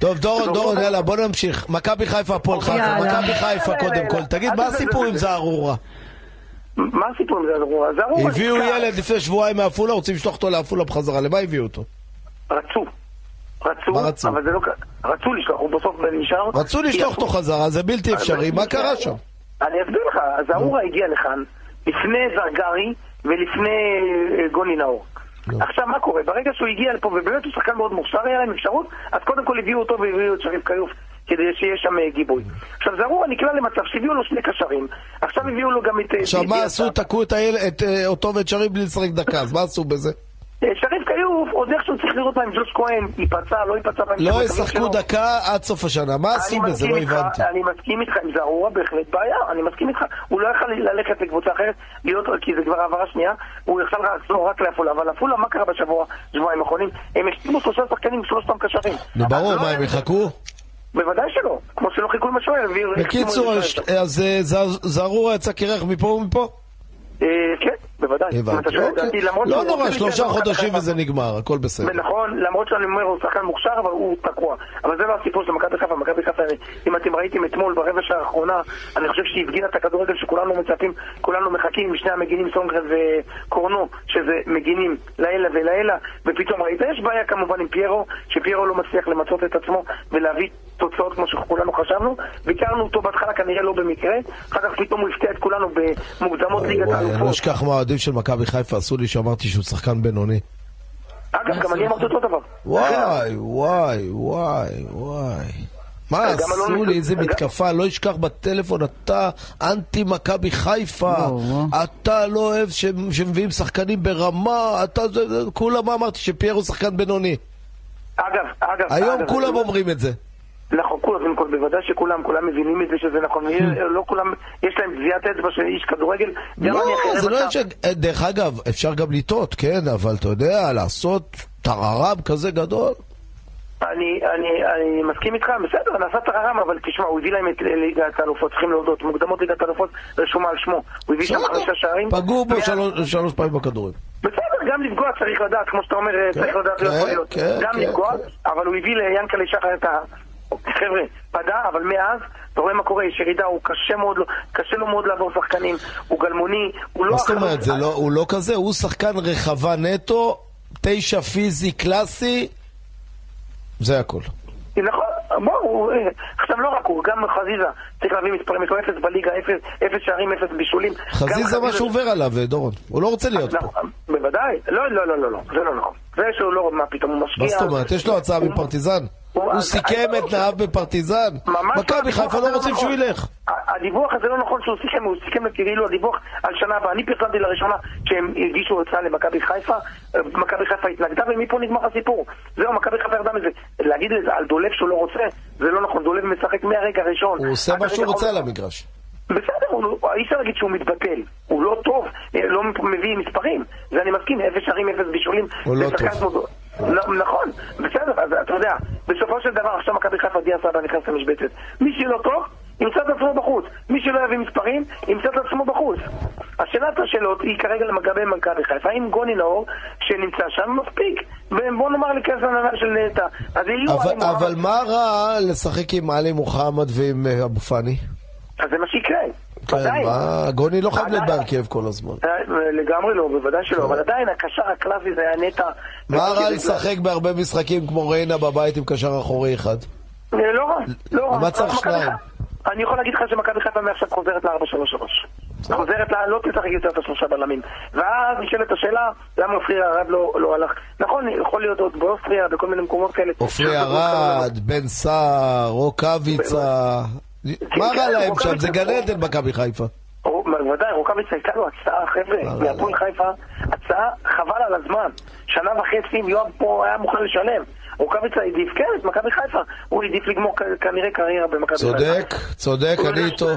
טוב, דורון, לא. דורון, יאללה, בוא נמשיך. מכבי חיפה, הפועל אוקיי, חיפה, יאללה. מכבי חיפה אה, קודם כל. תגיד, מה הסיפור עם זערורה? מה הסיפור עם זה ארורה? זה ארורה הביאו נתקע. ילד לפני שבועיים מעפולה, רוצים לשלוח אותו לעפולה בחזרה, למה הביאו אותו? רצו. מה רצו, רצו? אבל זה לא קרה. רצו לשלוח, הוא בסוף נשאר. רצו לשלוח אה, אותו חזרה, זה בלתי אפשרי, מה קרה שם? אני אסביר לך, אז ארורה הגיע לכאן לפני זרגרי ולפני אה, גוני נאור. נו. עכשיו, מה קורה? ברגע שהוא הגיע לפה, ובאמת הוא שחקן מאוד מוכשר, היה להם אפשרות, אז קודם כל הביאו אותו והביאו את שריף כיוף כדי שיהיה שם אה, גיבוי. עכשיו, זרורה נקלע למצב שהביאו לו שני קשרים, עכשיו הביאו לו גם את... אה, עכשיו, מה את- עשו? תקעו את הילד- את, אה, אותו ואת שרי בלי לשחק דקה, אז מה עשו בזה? אה, שריף כיוף, עוד איכשהו צריך לראות מה עם ג'וש כהן, ייפצע, לא ייפצע. לא במשחק ישחקו שלו. דקה עד סוף השנה, מה עשו אני בזה? מסכים לא איתך, הבנתי. אני מסכים איתך, עם זערורה בהחלט בעיה, אני מסכים איתך. הוא לא יכל ללכת לקבוצה אחרת, להיות, כי זה כבר העברה שנייה, הוא יכל לחזור רק לעפולה, אבל עפולה, מה קרה בשבוע, שבועיים האחרונים? הם החתימו שלושה שחקנים, שלושתם קשרים. נו, ברור, אז לא מה, הם היה- יחכו? בוודאי שלא, כמו שלא חיכו עם השוער. הביאו- בקיצור, החתימו את הש- זה. אז אה, ז- זערורה יצא קירח מפה ומפה? אה, כן, בוודאי. אם אתה הבנתי, שואל את אוקיי. דעתי, למרות לא שהוא נורא, רוצה שלושה להישאר חודשים במכבי וזה נגמר, הכל בסדר. ונכון, נכון, למרות שאני אומר, הוא שחקן מוכשר, אבל הוא תקוע. אבל זה לא הסיפור של מכבי חיפה. מכבי חיפה, אם אתם ראיתם אתמול ברבע שעה האחרונה, אני חושב שהיא הפגינה את הכדורגל שכולנו מצפים, כולנו מחכים עם שני המגינים, סונגרן וקורנו, שזה מגינים לעילא ולעילא, ופתאום ראית. יש בעיה כמובן עם פיירו, שפיירו לא מצליח למצות את עצמו ולהביא תוצאות כמו שכולנו חשבנו. ביקרנו אותו בהתחלה כנראה לא במקרה, אחר כך פתאום הוא הפתיע את כולנו במוקדמות ליגת וואי, אני לא האלופות. אשכח מה האוהדים של מכבי חיפה עשו לי שאמרתי שהוא שחקן בינוני. אגב, גם אני אמרתי אותו דבר. וואי, וואי, וואי, וואי. מה אה, גם עשו אלון- לי, איזה גם- מתקפה, לא אשכח בטלפון, אתה אנטי מכבי חיפה, וואו. אתה לא אוהב ש- שמביאים שחקנים ברמה, אתה, זה- זה- כולם, מה אמרתי, שפיירו שחקן בינוני. אגב, אגב... היום אגב, כולם אגב. אומרים את זה. נכון, כולם, קודם כל, בוודאי שכולם, כולם מבינים את זה שזה נכון, לא כולם, יש להם טביעת אצבע של איש כדורגל, גם לא, אני אחרי זה לא מצב- ש... דרך אגב, אפשר גם לטעות, כן, אבל אתה יודע, לעשות טררם כזה גדול, אני, אני, אני מסכים איתך, בסדר, נעשה טררם, אבל תשמע, הוא הביא להם את ליגת האלופות, צריכים להודות, מוקדמות ליגת האלופות רשומה על שמו, הוא הביא שם בסדר. חמישה שערים, פגעו בו והיה- שלוש- שלוש פעמים בכדורים. בסדר, גם לפגוע צריך לדעת, כמו שאתה אומר, צריך לדעת לא כן, יכול להיות. כן, גם כן, לפגוע, כן. אבל הוא הביא ליענקלה שחר את ה... חבר'ה, פגע, אבל מאז, אתה רואה מה קורה, יש ירידה, הוא קשה מאוד, לו- קשה לו מאוד לעבור שחקנים, הוא גלמוני, הוא לא... מה זאת החלוץ- אומרת, זה לא- הוא לא כזה, הוא שחקן רחבה נטו, תשע פיזי קלאסי, זה הכל. נכון, בוא, הוא... אה, עכשיו לא רק הוא, גם חזיזה, צריך להביא מספרים, יש לו אפס בליגה, אפס, אפס שערים, אפס בישולים. גם חזיזה מה שעובר עליו, דורון, הוא לא רוצה להיות פה. לא, בוודאי, לא, לא, לא, לא, לא, זה לא נכון. זה שהוא לא, מה פתאום הוא משקיע. מה זאת אומרת, יש לו הצעה הוא- מפרטיזן? הוא- הוא אז- סיכם אז- את נהב בפרטיזן? ממש מכבי הדיווח חיפה הזה לא רוצים נכון. שהוא ילך. ה- הדיווח הזה לא נכון שהוא סיכם, הוא סיכם כאילו הדיווח על שנה הבאה. אני פרסמתי לראשונה שהם הגישו הצעה למכבי חיפה, אה, מכבי חיפה התנגדה ומפה נגמר הסיפור. זהו, מכבי חיפה ירדה מזה. להגיד לזה על דולב שהוא לא רוצה, זה לא נכון. דולב משחק מהרגע הראשון. הוא עושה עד מה הרגע שהוא רוצה על האחרון. המגרש. בסדר, הוא לא- אי אפשר להגיד שהוא מתבטל. הוא לא טוב, אה, לא מביא מספרים. זה אני מסכים, אפס שערים, אפס בישולים. הוא לא זה שחקן טוב. כמו- לא, נכון, בסדר, אז אתה יודע, בסופו של דבר עכשיו מכבי חיפה דיה סבא נכנס למשבצת. מי שלא טוב, ימצא את עצמו בחוץ. מי שלא יביא מספרים, ימצא את עצמו בחוץ. השאלת השאלות היא כרגע לגבי מכבי חיפה. האם גוני נאור, שנמצא שם, מספיק? ובוא נאמר לכנס לנהל של נטע. אז יהיו... אבל- עלי מוחמד- אבל מה רע לשחק עם עלי מוחמד ועם אה, אבו פאני? אז זה מה שיקרה. כן, ודאי. מה? גוני לא חייב להיות עדיין. בהרכב כל הזמן. אה, לגמרי לא, בוודאי שלא, אבל עדיין הקשר הקלאסי זה היה נטע. מה רע זה- לשחק בהרבה משחקים כמו ריינה בבית עם קשר אחורי אחד? אה, לא רע, לא רע. מה צריך מכבי שניים? חיפה- אני יכול להגיד לך שמכבי חיפה מעכשיו חוזרת ל-4-3-3. חוזרת, ל- לא תשחק יותר את השלושה בלמים. ואז נשאלת השאלה, למה עופרי ארד לא לא הלך? נכון, יכול להיות עוד באוסטריה, בכל מיני מקומות כאלה. עופרי לא ארד, בן סער, רוקאביצה. מה רע להם שם? זה גן עדן מכבי חיפה. רו- בוודאי, רוקאביץ' הייתה לו הצעה, חבר'ה, לא, לא, מהפועל לא. חיפה, הצעה חבל על הזמן. שנה וחצי אם יואב פה היה מוכן לשלם. רוקאביץ' העדיף, כן, את מכבי חיפה. הוא העדיף לגמור כ- כנראה קריירה במכבי חיפה. לא צודק, צודק, אני איתו.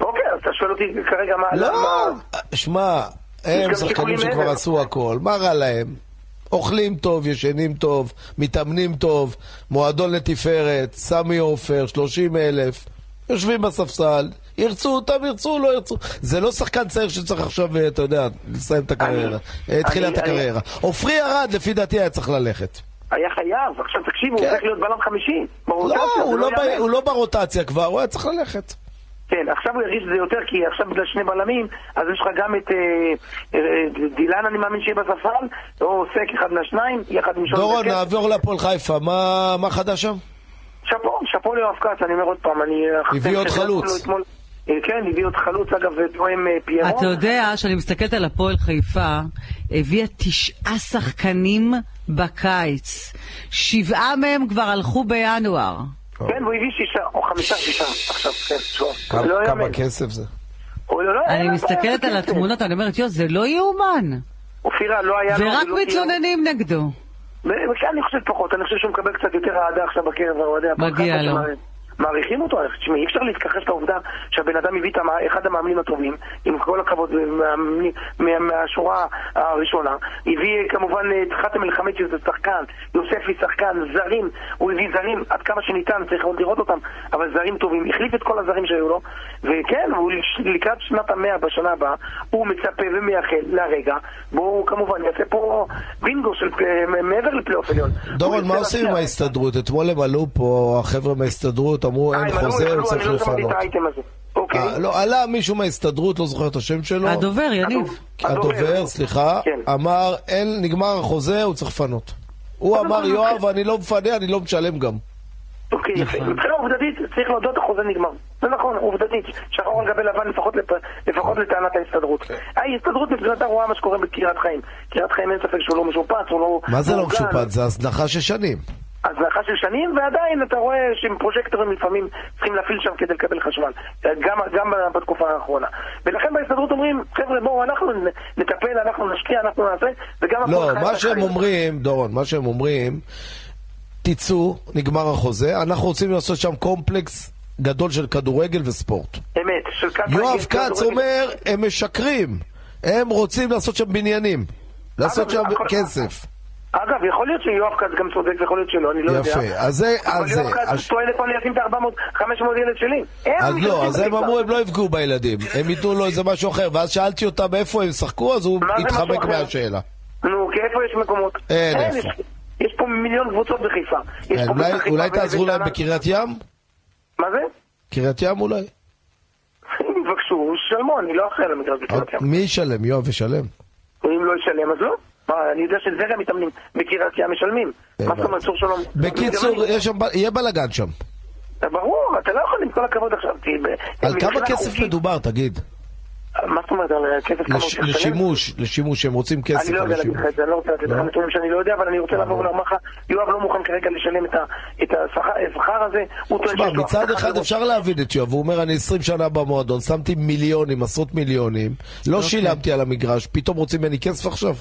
אוקיי, אז אתה שואל אותי כרגע מה... לא! מה- שמע, הם שחקנים שכבר עשו הכל, מה רע להם? אוכלים טוב, ישנים טוב, מתאמנים טוב, מועדון לתפארת, סמי עופר, 30 אלף, יושבים בספסל, ירצו אותם, ירצו, לא ירצו. זה לא שחקן צעיר שצריך עכשיו, אה, אתה יודע, לסיים את הקריירה, אני- אה, תחילת אני- הקריירה. עופרי ארד, לפי דעתי, היה צריך ללכת. היה חייב, עכשיו תקשיבו, הוא כן. הולך להיות בלם חמישי. אוקיי, ברוטציה, לא, זה הוא לא, ב... ייאמן. הוא לא ברוטציה כבר, הוא היה צריך ללכת. כן, עכשיו הוא ירגיש את זה יותר, כי עכשיו בגלל שני בלמים, אז יש לך גם את אה, אה, דילן, אני מאמין שיהיה בספסל, או סק אחד מהשניים, יחד עם שון דורון, דקל. נעבור להפועל חיפה, מה, מה חדש שם? שאפו, שאפו ליואב כץ, אני אומר עוד פעם, אני... הביא עוד חשבתי חלוץ. לו אתמול- אה, כן, הביא עוד חלוץ, אגב, זה תואם אה, פיירו. אתה יודע, שאני מסתכלת על הפועל חיפה, הביאה תשעה שחקנים בקיץ. שבעה מהם כבר הלכו בינואר. כן, והוא הביא שישה, או חמישה, שישה, עכשיו, כן, כמה, תשמע. לא כמה כן- יאמן. כסף זה? הוא לא- לא אני יאמן, מסתכלת על כסף. התמונות, אני אומרת, יו, זה לא יאומן. אופירה, לא היה לו... ורק ולא תהיה לו. מתלוננים נגדו. וכן, אני חושב פחות, אני חושב שהוא מקבל קצת יותר אהדה עכשיו בקרב האוהדי הפועל מגיע חיפה, לו. שמע- מעריכים אותו, תשמעי, אי אפשר להתכחש לעובדה שהבן אדם הביא את המ- אחד המאמנים הטובים, עם כל הכבוד, מאמנים- מה- מהשורה הראשונה. הביא אה, כמובן את חתם אלחמיד שזה שחקן, יוספי שחקן, זרים, הוא הביא זרים עד כמה שניתן, צריך עוד לראות אותם, אבל זרים טובים. החליף את כל הזרים שהיו לו, וכן, הוא לש- לקראת שנת המאה בשנה הבאה, הוא מצפה ומייחל לרגע, בו הוא כמובן יעשה פה בינגו של פל- מעבר לפלייאוף עליון. דורון, הוא מה ירצה עושים עם להצליח. ההסתדרות? אתמול הם עלו פה, החבר'ה מההסתדרות אמרו אה, אין הם עלו, הם חוזה, עלו, צריך אני לא שמעתי לפנות. את האייטם הזה. אוקיי. אה, לא, עלה מישהו מההסתדרות, לא זוכר את השם שלו. הדובר, יניב. הדובר, סליחה, אה, כן. אמר, אין, נגמר החוזה, הוא צריך לפנות. הוא אמר, אוקיי. יואב, אני לא מפנה, אני לא משלם גם. אוקיי, יפה. נכון. מבחינה עובדתית, צריך להודות, החוזה נגמר. זה נכון, עובדתית. שחור על גבי לבן לפחות לפ- לפחות לטענת ההסתדרות. אוקיי. ההסתדרות מבחינתה רואה מה שקורה בקריית חיים. קריית חיים אין ספק שהוא לא משופץ, הוא לא... מה זה לא מאורגן. משופט? זה הזנחה של שנים. נכון, הזנחה של שנים, ועדיין אתה רואה שעם פרוג'קטורים לפעמים צריכים להפעיל שם כדי לקבל חשמל, אה, גם, גם בתקופה האחרונה. ולכן בהסתדרות אומרים, חבר'ה, בואו, אנחנו נ- נטפל, אנחנו נשקיע, אנחנו נעשה, וגם... לא, הפועל חיפה מה שהם חיים. אומרים, דורון, מה שהם אומרים, תצאו, נגמר החוזה, אנחנו רוצים לעשות שם קומפלקס גדול של כדורגל וספורט. אמת, של כץ... יואב כץ אומר, הם משקרים, הם רוצים לעשות שם בניינים, לעשות אבל שם הכל- כסף. אגב, יכול להיות שיואב כץ גם צודק ויכול להיות שלא, אני לא יודע. יפה, אז זה, אבל אז זה. יואב כץ אז- טוען לפה אני אשים את ה-400, 500 ילד שלי. הם אז משתמשים לא, אז הם בתקווה. אמרו, הם לא יפגעו בילדים, הם ייתנו לו איזה משהו אחר, ואז שאלתי אותם איפה הם שחקו, אז הוא מה זה משהו התחמק אחר? מהשאלה. נו, כי איפה יש מקומות? אין איפה. יש- יש פה מיליון קבוצות בחיפה. יש כן, פה אולי- בחיפה אולי ו- תעזרו להם ושאלה- בקריית ים? מה זה? קריית ים אולי? אם יבקשו, שלמו, אני לא אחראי למגרש אה, בקריית ים. מי ישלם? יואב ישלם. אם לא ישלם, אז לא. מה, אני יודע שזרע מתאמנים בקריית ים משלמים. מה זאת אומרת, צור שלום? אה, בקיצור, אה- יש שם ב- יהיה בלאגן שם. ברור, אתה לא יכול, עם כל הכבוד עכשיו. כי ב- על כמה מבחינה כסף חוקית- מדובר, תגיד? מה זאת אומרת, על כסף כמה הוא לש- צריך לשלם? לשימוש, לשימוש, הם רוצים כסף. אני לא יודע על להגיד לך השימוש. את זה, אני לא רוצה לתת לך לא? נתונים שאני לא יודע, אבל אני רוצה לבוא ולומר לך, יואב לא מוכן כרגע לשלם את ה- את השכר השכר הזה, הוא טוען תשמע, שיש לו מצד הבטחה אחד לראש. אפשר להבין את יואב, הוא אומר אני 20 שנה במועדון, שמתי מיליונים, עשרות מיליונים, לא אוקיי. שילמתי על המגרש, פתאום רוצים ממני כסף עכשיו?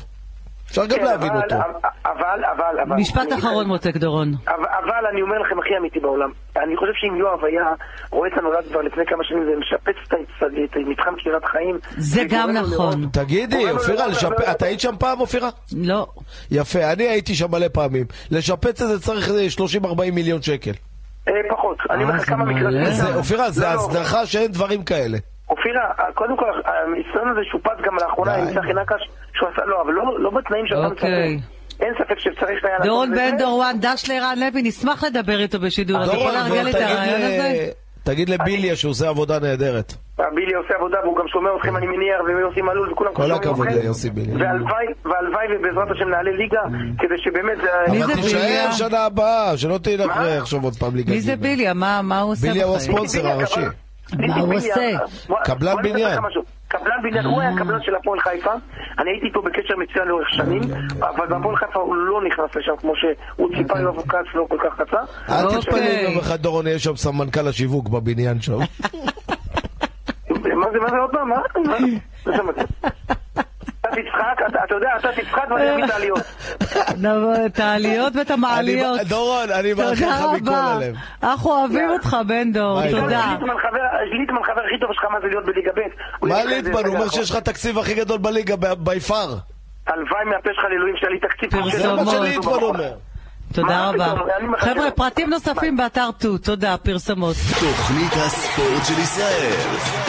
אפשר גם כן, להבין אבל- אותו. אבל, אבל, אבל... משפט אני- אחרון, מותק דורון. אבל, אבל אני אומר לכם הכי אמיתי בעולם, אני חושב שאם יואב היה רואה את הנולד כבר לפני כמה שנים ומשפץ את האצטדיון, את מתחם קריית חיים... זה גם וגורם לו נכון. לראות- גורם תגידי, לו אופירה, לראות- לשפ- לא- את היית שם פעם, אופירה? לא. יפה, אני הייתי שם מלא פעמים. לשפץ את זה צריך איזה 30-40 מיליון שקל. אה, פחות, אני אומר אה, לך כמה זה מקרים... מלא. זה- אופירה, זה לא, לא. הזנחה שאין דברים כאלה. אופירה, קודם כל, הניסיון הזה שופץ גם לאחרונה די. עם צחי נקש, שהוא עשה, לא, אבל לא, לא בתנאים שאתה אוקיי. מצפה. אין ספק שצריך היה... לעשות דורון את זה. בן דורואן דש לערן לוי, נשמח לדבר איתו בשידור. אתה יכול דורון, לארגן לי את תגיד אה, הרעיון ל- הזה? תגיד לביליה שהוא עושה עבודה נהדרת. בילי עושה עבודה והוא גם שומע אתכם, אני מניח, ויוסי מלול וכולם כל שומעים הכבוד אתכם. ליוסי ביליה. והלוואי, והלוואי ובעזרת השם נעלה ליגה, כדי שבאמת זה... מי אבל זה תישאר ביליה? שנה הבאה, שלא תלך מה? עכשיו עוד פעם ליגה מי זה ג'. ביליה? מה מה הוא עושה אה, ביליה הוא בחיים? הספונסר ביליה, הראשי. קבלן- מה הוא ביליה, עושה? בוא- קבלן בוא אני אספר בניין. Mm. לך משהו. קבלן בניין, הוא היה קבלן של הפועל חיפה, אני הייתי איתו בקשר מצוין לאורך שנים, אוקיי, אבל בהפועל חיפה הוא לא נכנס לשם כמו שהוא ציפה, יואב כץ לא כל כך רצה. אוקיי, אל אוקיי. תתפלא אם יום אחד דורון יהיה שם סמנכ"ל השיווק בבניין שם. מה זה, מה זה עוד פעם? מה? מה? לא שמעתי. אתה תצחק, אתה אתה יודע, אתה תצחק ואני אגיד את העליות. נבוא- את העליות ואת המעליות. אני- דורון, אני מאחל תודה לך מכל רבה. הלב. אנחנו אוהבים אותך, בן דור. ביי, תודה. ליטמן חבר- ליטמן חבר הכי טוב שלך מה זה להיות בליגה ב'. הוא מה יגיד לך את זה נכון. ליטמן, הוא אומר אחר כך. שיש לך תקציב הכי גדול בליגה בי פאר. הלוואי מהפה שלך לאלוהים שהיה לי תקציב. פרסומות. זה מה מאוד. שליטמן אומר. תודה מה רבה. פתאום, אני מחכה חבר'ה, לו. פרטים נוספים באתר טו. תודה, פרסמות. תוכנית הספורט של ישראל.